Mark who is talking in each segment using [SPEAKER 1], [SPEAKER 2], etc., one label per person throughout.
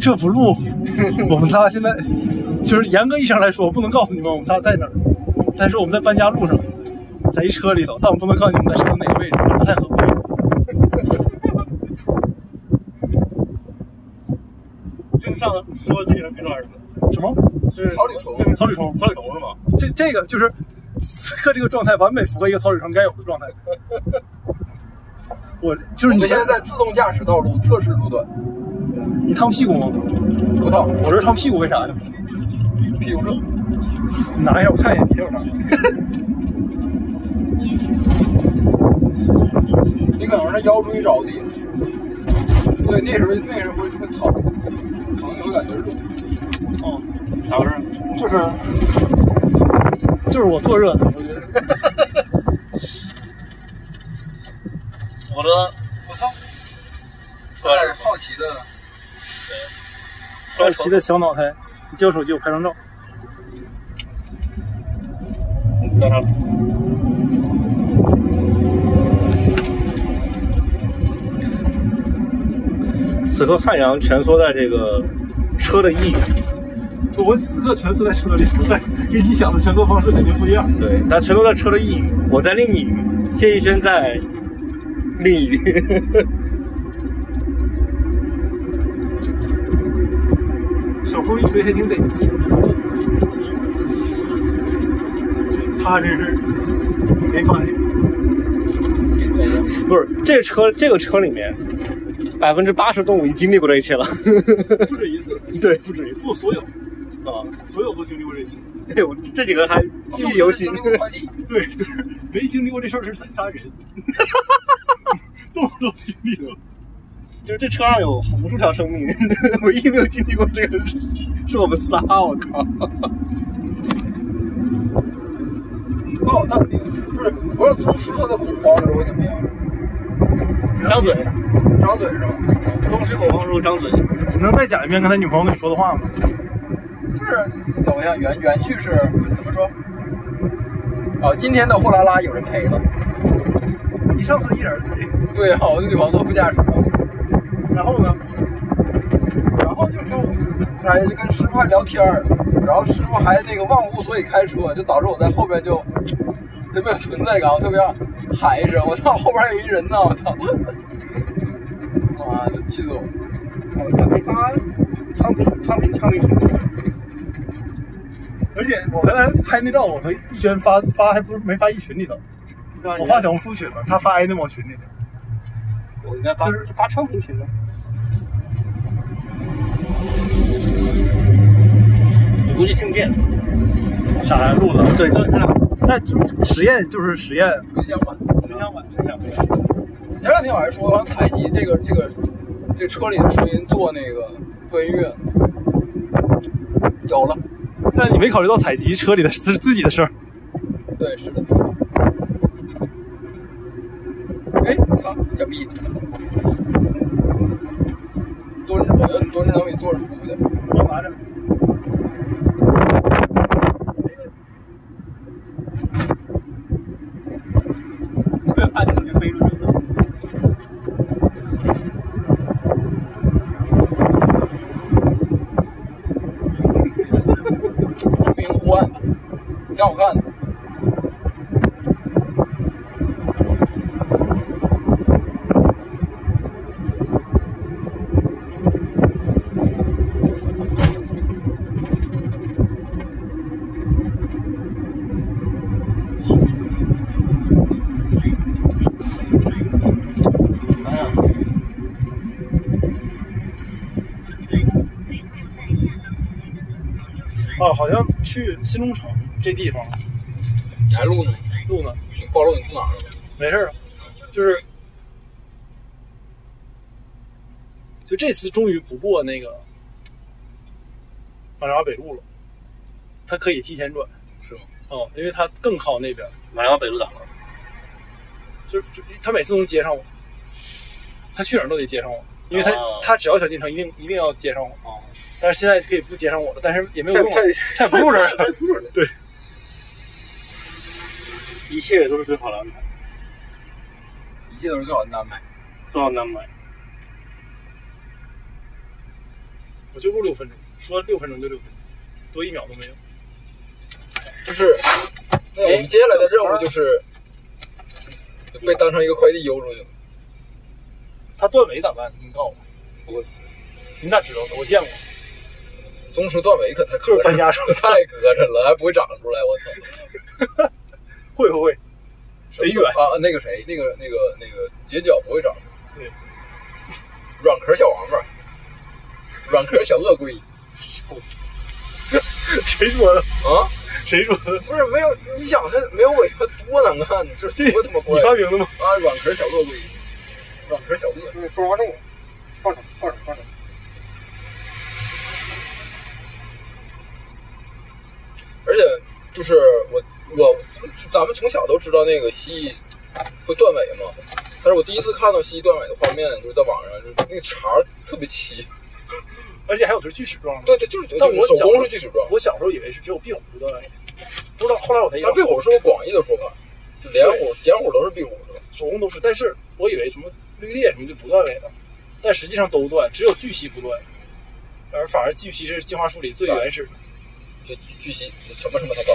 [SPEAKER 1] 这不录， 我们仨现在就是严格意义上来说，我不能告诉你们我们仨在哪儿，但是我们在搬家路上，在一车里头，但我不能告诉你们在车的哪个位置，不太合规。
[SPEAKER 2] 就是上次说这个别说二十
[SPEAKER 1] 什么？
[SPEAKER 2] 就是
[SPEAKER 3] 草履虫
[SPEAKER 2] 就是
[SPEAKER 1] 草履虫
[SPEAKER 2] 草履虫是吗？
[SPEAKER 1] 这这个就是此刻这个状态完美符合一个草履虫该有的 状态。我就是
[SPEAKER 3] 我
[SPEAKER 1] 你
[SPEAKER 3] 们现在在自动驾驶道路测试路段，
[SPEAKER 1] 你烫屁股吗？
[SPEAKER 3] 葡萄
[SPEAKER 1] 我这烫屁股为啥呀？
[SPEAKER 3] 屁股热。
[SPEAKER 1] 你拿一下，我看一眼底下有啥。
[SPEAKER 3] 你可能是腰椎着地，所以那时候那时候就会疼，疼有感觉热。
[SPEAKER 1] 哦，
[SPEAKER 2] 咋回事？
[SPEAKER 1] 就是就是我坐热的，我觉得。
[SPEAKER 2] 我的我操！
[SPEAKER 3] 有点好奇的，
[SPEAKER 1] 好奇的小脑袋，你借我手机，我拍张照。
[SPEAKER 2] 等上。
[SPEAKER 4] 此刻汉阳蜷缩在这个车的翼，
[SPEAKER 1] 我此刻蜷缩在车里，但跟你想的蜷缩方式肯定不一样。
[SPEAKER 4] 对，他蜷缩在车的翼，我在另一翼，谢逸轩在另一翼。
[SPEAKER 1] 小风一吹还挺得意。他真是没发现，
[SPEAKER 4] 不是，这车这个车里面，百分之八十动物已经经历过这一切了。
[SPEAKER 1] 不止一次，
[SPEAKER 4] 对，不止一次
[SPEAKER 1] 不所有，
[SPEAKER 4] 啊！
[SPEAKER 1] 所有都经历过这些。
[SPEAKER 4] 哎，我这几个还记忆犹新。
[SPEAKER 3] 快递，
[SPEAKER 1] 对，就是没经历过这事儿的是咱仨人，动物都经历过。
[SPEAKER 4] 就是这车上有无数条生命， 唯一没有经历过这个是是我们仨，我靠！
[SPEAKER 3] 不好淡定。不是，我要从时刻的恐慌的时候怎么样？
[SPEAKER 2] 张嘴，
[SPEAKER 3] 张嘴是吧？
[SPEAKER 2] 同时恐慌时候张嘴。
[SPEAKER 1] 你能再讲一遍刚才女朋友跟你说的话吗？
[SPEAKER 3] 就是怎么样？原原句是怎么说？啊，今天的货拉拉有人陪了。
[SPEAKER 1] 你上次一人自己，
[SPEAKER 3] 对啊，我的女朋友坐副驾驶嘛。
[SPEAKER 1] 然后呢？
[SPEAKER 3] 然后就跟我，哎，就跟师傅还聊天儿，然后师傅还那个忘乎所以开车，就导致我在后边就贼没有存在感，我特别想喊一声，我操，后边还有一人呢，我操！妈的，气死我！
[SPEAKER 4] 他没法昌平昌平昌平
[SPEAKER 1] 而且我刚才拍那照，我和逸轩发发还不是没发一群里头，我发小红书群了，他发 animal 群里头。
[SPEAKER 2] 我应该发
[SPEAKER 1] 就是
[SPEAKER 2] 发昌平群的。我估计听不见。
[SPEAKER 1] 啥呀？录的？
[SPEAKER 2] 对，张他俩
[SPEAKER 1] 那就是实验，就是实验。
[SPEAKER 3] 纯享版。
[SPEAKER 1] 纯享版，纯享版。
[SPEAKER 3] 前两天我还说，我想采集这个这个这车里的声音做那个做音乐，有了，
[SPEAKER 1] 但你没考虑到采集车里的自自己的事儿。
[SPEAKER 3] 对，是的。哎，操，小逼！蹲着，我觉得蹲着能比坐着舒服点。
[SPEAKER 1] 我拿着。
[SPEAKER 2] 特别怕听见飞出去的。
[SPEAKER 3] 忽明忽暗，挺好看的。
[SPEAKER 1] 啊，好像去新农场这地方
[SPEAKER 3] 你还录呢？
[SPEAKER 1] 录呢，
[SPEAKER 3] 你暴露你住哪儿了吗？
[SPEAKER 1] 没事儿啊，就是。就这次终于不过那个马扎北路了，它可以提前转
[SPEAKER 3] 是吗？
[SPEAKER 1] 哦，因为它更靠那边儿，
[SPEAKER 2] 马上北路咋了？
[SPEAKER 1] 就就他每次都能接上我，他去哪儿都得接上我，因为他、
[SPEAKER 2] 哦
[SPEAKER 1] 他只要小进城一定一定要接上我。
[SPEAKER 2] 哦
[SPEAKER 1] 但是现在可以不接上我了，但是也没有用
[SPEAKER 4] 太太
[SPEAKER 1] 了，他也不住这 儿了。
[SPEAKER 2] 一切都是最好的安排，
[SPEAKER 3] 一切都是最好的安排。
[SPEAKER 2] 最好的安排。
[SPEAKER 1] 我就录六分钟，说六分钟就六分钟，多一秒都没有。
[SPEAKER 3] 就是，那我们接下来的任务就是被当成一个快递邮出去了。
[SPEAKER 1] 他断尾咋办？你告诉我，我你咋知道的？我见过，
[SPEAKER 3] 宗师断尾可太磕
[SPEAKER 1] 就是搬
[SPEAKER 3] 碜了
[SPEAKER 1] 家时候
[SPEAKER 3] 太磕碜了，还不会长出来，我操！
[SPEAKER 1] 会不会？贼远
[SPEAKER 3] 啊！那个谁，那个那个那个截角不会长，
[SPEAKER 1] 对，
[SPEAKER 3] 软壳小王八，软壳小鳄龟
[SPEAKER 1] 谁说的？
[SPEAKER 3] 啊！
[SPEAKER 1] 谁说的？
[SPEAKER 3] 不是没有，你想它没有尾巴多难看，你这多他妈
[SPEAKER 1] 你
[SPEAKER 3] 怪
[SPEAKER 1] 发明的吗？
[SPEAKER 3] 啊！软壳小鳄龟，软壳小鳄龟，
[SPEAKER 2] 就是抓那个，放着放着放着。
[SPEAKER 3] 而且就是我我咱们从小都知道那个蜥蜴会断尾嘛，但是我第一次看到蜥蜴断尾的画面就是在网上，就是那个茬儿特别齐，
[SPEAKER 1] 而且还有就是锯齿状的。
[SPEAKER 3] 对对，就是
[SPEAKER 1] 但我
[SPEAKER 3] 手
[SPEAKER 1] 小
[SPEAKER 3] 工是锯齿状，
[SPEAKER 1] 我小时候以为是只有壁虎是断尾的，不知道后来我才意识
[SPEAKER 3] 但
[SPEAKER 1] 到
[SPEAKER 3] 壁虎是不是广义的说法？就连虎、剪虎都是壁虎是吧？
[SPEAKER 1] 手工都是，但是我以为什么绿鬣什么就不断尾了，但实际上都断，只有巨蜥不断，而反而巨蜥是进化树里最原始的。
[SPEAKER 3] 就巨巨蜥就什么什么才高。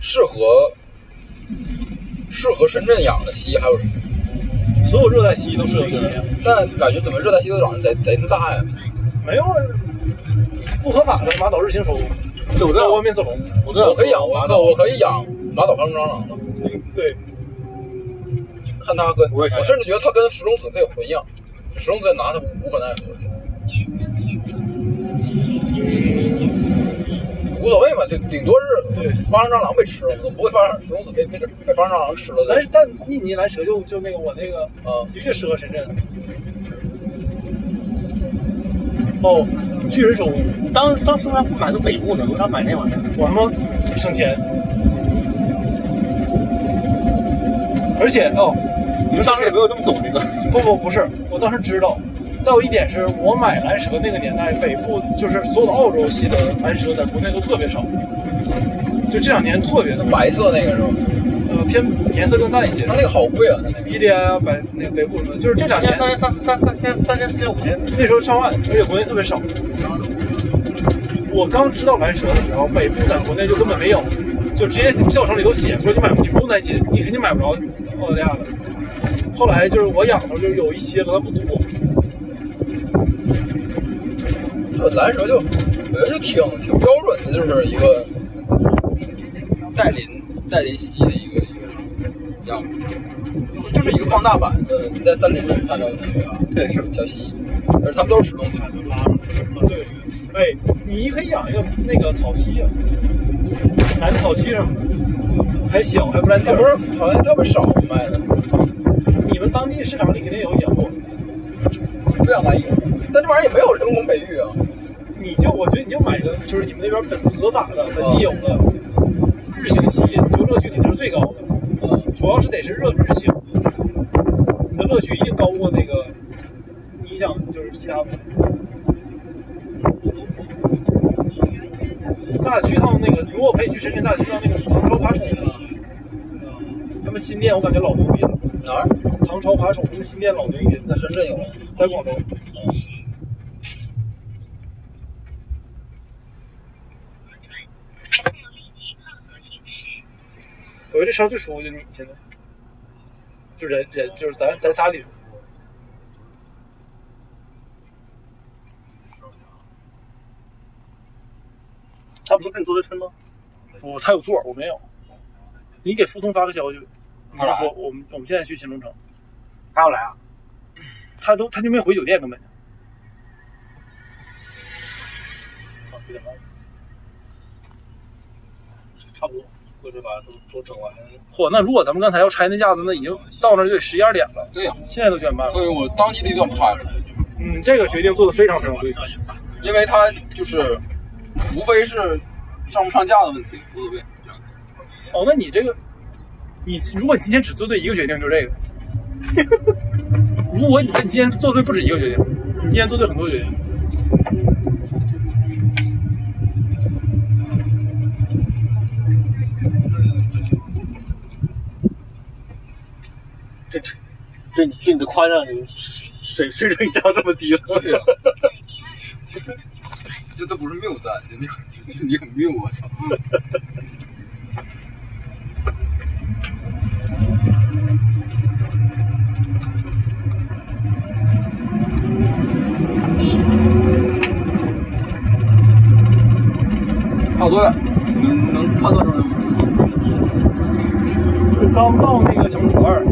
[SPEAKER 3] 适合适合深圳养的蜥还有什么？
[SPEAKER 1] 所有热带蜥蜴都是有这样，
[SPEAKER 3] 但感觉怎么热带蜥都长得贼贼大呀？
[SPEAKER 1] 没有啊，不合法的马岛日行手工，
[SPEAKER 4] 对，我知
[SPEAKER 1] 包
[SPEAKER 4] 道，
[SPEAKER 1] 括面子龙，
[SPEAKER 4] 我知道，
[SPEAKER 3] 我可以养，我可我可以养马岛航空蟑螂的，
[SPEAKER 1] 对，
[SPEAKER 3] 看它跟
[SPEAKER 4] 我也想
[SPEAKER 3] 甚至觉得它跟石龙子可以混养，石龙子拿它无可奈何，无所谓嘛，就顶多是发生蟑螂被吃了，我不会发生石龙子被被被发生蟑螂吃了
[SPEAKER 1] 但
[SPEAKER 4] 哎
[SPEAKER 3] 的
[SPEAKER 1] 是但印尼蓝蛇就就那个我那个
[SPEAKER 3] 啊。
[SPEAKER 1] 的确适合深圳。哦，巨人手工，
[SPEAKER 2] 当当时为啥不买个北部呢？为啥买那玩意儿？
[SPEAKER 1] 我他妈省钱，而且哦，
[SPEAKER 2] 你们当时也没有那么懂这个。
[SPEAKER 1] 不不不是，我当时知道，但有一点是我买蓝蛇那个年代，北部就是所有的澳洲系的蓝蛇在国内都特别少，就这两年特别
[SPEAKER 3] 那
[SPEAKER 1] 多，
[SPEAKER 3] 白色那个是吧？
[SPEAKER 1] 呃，偏颜色更淡一些
[SPEAKER 3] 它。那个好贵啊，它那个。
[SPEAKER 1] 伊利啊，北那北部什么，就是这两
[SPEAKER 2] 两千
[SPEAKER 1] 年
[SPEAKER 2] 三千三三三千三千四千五千，
[SPEAKER 1] 那时候上万，而且国内特别少。我刚知道蓝蛇的时候，北部在国内就根本没有，就直接教程里都写说你买不你不用担心，你肯定买不着澳大利亚的。后来就是我养的时候，就是有一些了，但不多。
[SPEAKER 3] 就蓝蛇就，我觉得就挺挺标准的，就是一个带鳞带鳞蜥的一个一个样子，就是一个放大版的。你在森林里看到的那个
[SPEAKER 2] 对是。
[SPEAKER 3] 小蜥，而它们都是齿龙子。
[SPEAKER 1] 对，哎，你可以养一个那个草蜥啊，蓝草蜥什么的，还小还不占地
[SPEAKER 3] 它不
[SPEAKER 1] 儿。
[SPEAKER 3] 是好像特别少卖的，
[SPEAKER 1] 你们当地市场里肯定有养过，
[SPEAKER 3] 不想卖但这玩意儿也没有人工培育啊。
[SPEAKER 1] 你就我觉得你就买个，就是你们那边本合法的、本地有的日行蜥，就乐趣肯定是最高的，
[SPEAKER 3] 嗯，
[SPEAKER 1] 主要是得是热日行，你的乐趣一定高过那个你想就是其他的。咱俩去趟那个，如果我陪你去深圳，咱俩去趟那个唐朝爬宠，他们新店我感觉老牛逼了。
[SPEAKER 3] 哪儿？
[SPEAKER 1] 唐朝爬宠，他们新店老牛逼，
[SPEAKER 3] 在深圳有吗？
[SPEAKER 1] 在广州。我觉得这车最舒服就你现在，就人人就是咱咱仨里，
[SPEAKER 2] 他不是跟你坐的车吗？
[SPEAKER 1] 我他有座，我没有。你给傅聪发个消息，你
[SPEAKER 3] 干
[SPEAKER 1] 就
[SPEAKER 3] 嘛
[SPEAKER 1] 说我们我们现在去新龙城，
[SPEAKER 2] 他要来啊？
[SPEAKER 1] 他都他就没回酒店根本就。
[SPEAKER 2] 啊，九点半。差不多，我这把都都整完了。
[SPEAKER 1] 嚯，那如果咱们刚才要拆那架子，那已经到那儿就得十一二点了，
[SPEAKER 3] 对呀、
[SPEAKER 1] 现在都九点半了。
[SPEAKER 3] 所以我当机立断不拆了。
[SPEAKER 1] 嗯，这个决定做的非常非常对。
[SPEAKER 3] 因为它就是无非是上不上架的问题，无所谓。
[SPEAKER 1] 哦，那你这个，你如果你今天只做对一个决定，就这个。如果你你今天做对不止一个决定，你今天做对很多决定。
[SPEAKER 4] 这这对你对你的夸张，你水水准已经这么低了。
[SPEAKER 3] 对 呀、这都不是谬赞，你很你很谬，我操！差不多远？能能判断出来吗？
[SPEAKER 5] 就刚到那个小木船儿，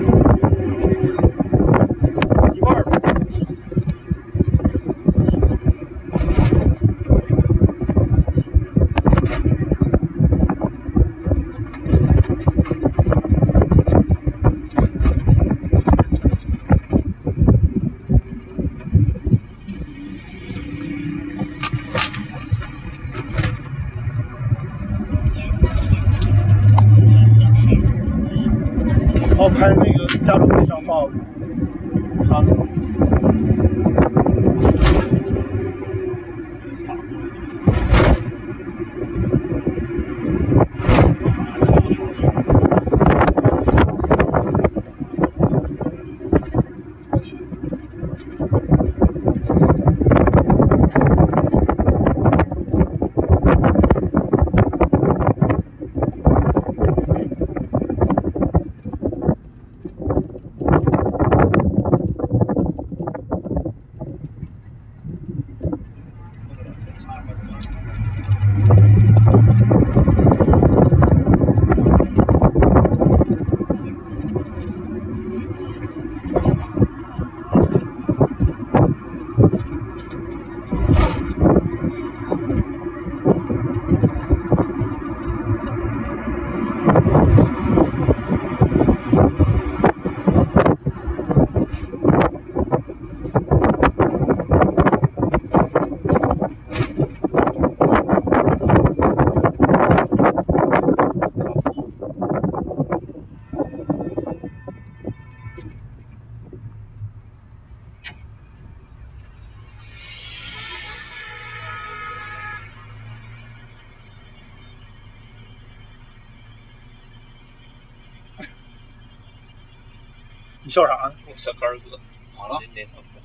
[SPEAKER 5] 一半儿吧。
[SPEAKER 1] 然后拍那个加州那张放，他们你笑啥呢？
[SPEAKER 6] 小杆儿哥，
[SPEAKER 3] 好了，
[SPEAKER 6] 那那场片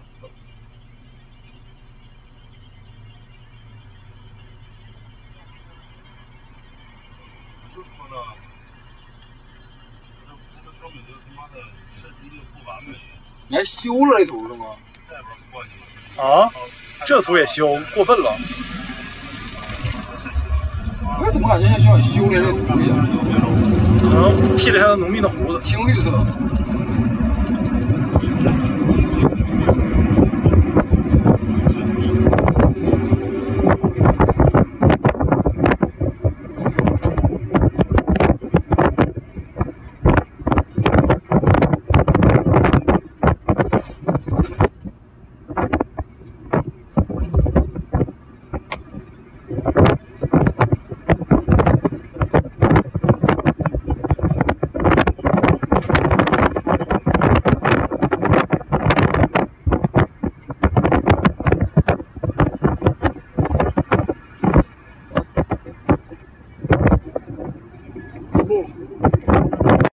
[SPEAKER 6] 就说呢，这根本就他妈的设计的不完美，
[SPEAKER 3] 你还修了这图是吗？
[SPEAKER 6] 再不过去了。
[SPEAKER 1] 啊，这图也修，过分了。
[SPEAKER 3] 我怎么感觉像小修了这图一样？
[SPEAKER 1] 可能 P 了一下他浓密的胡子，
[SPEAKER 3] 青绿色，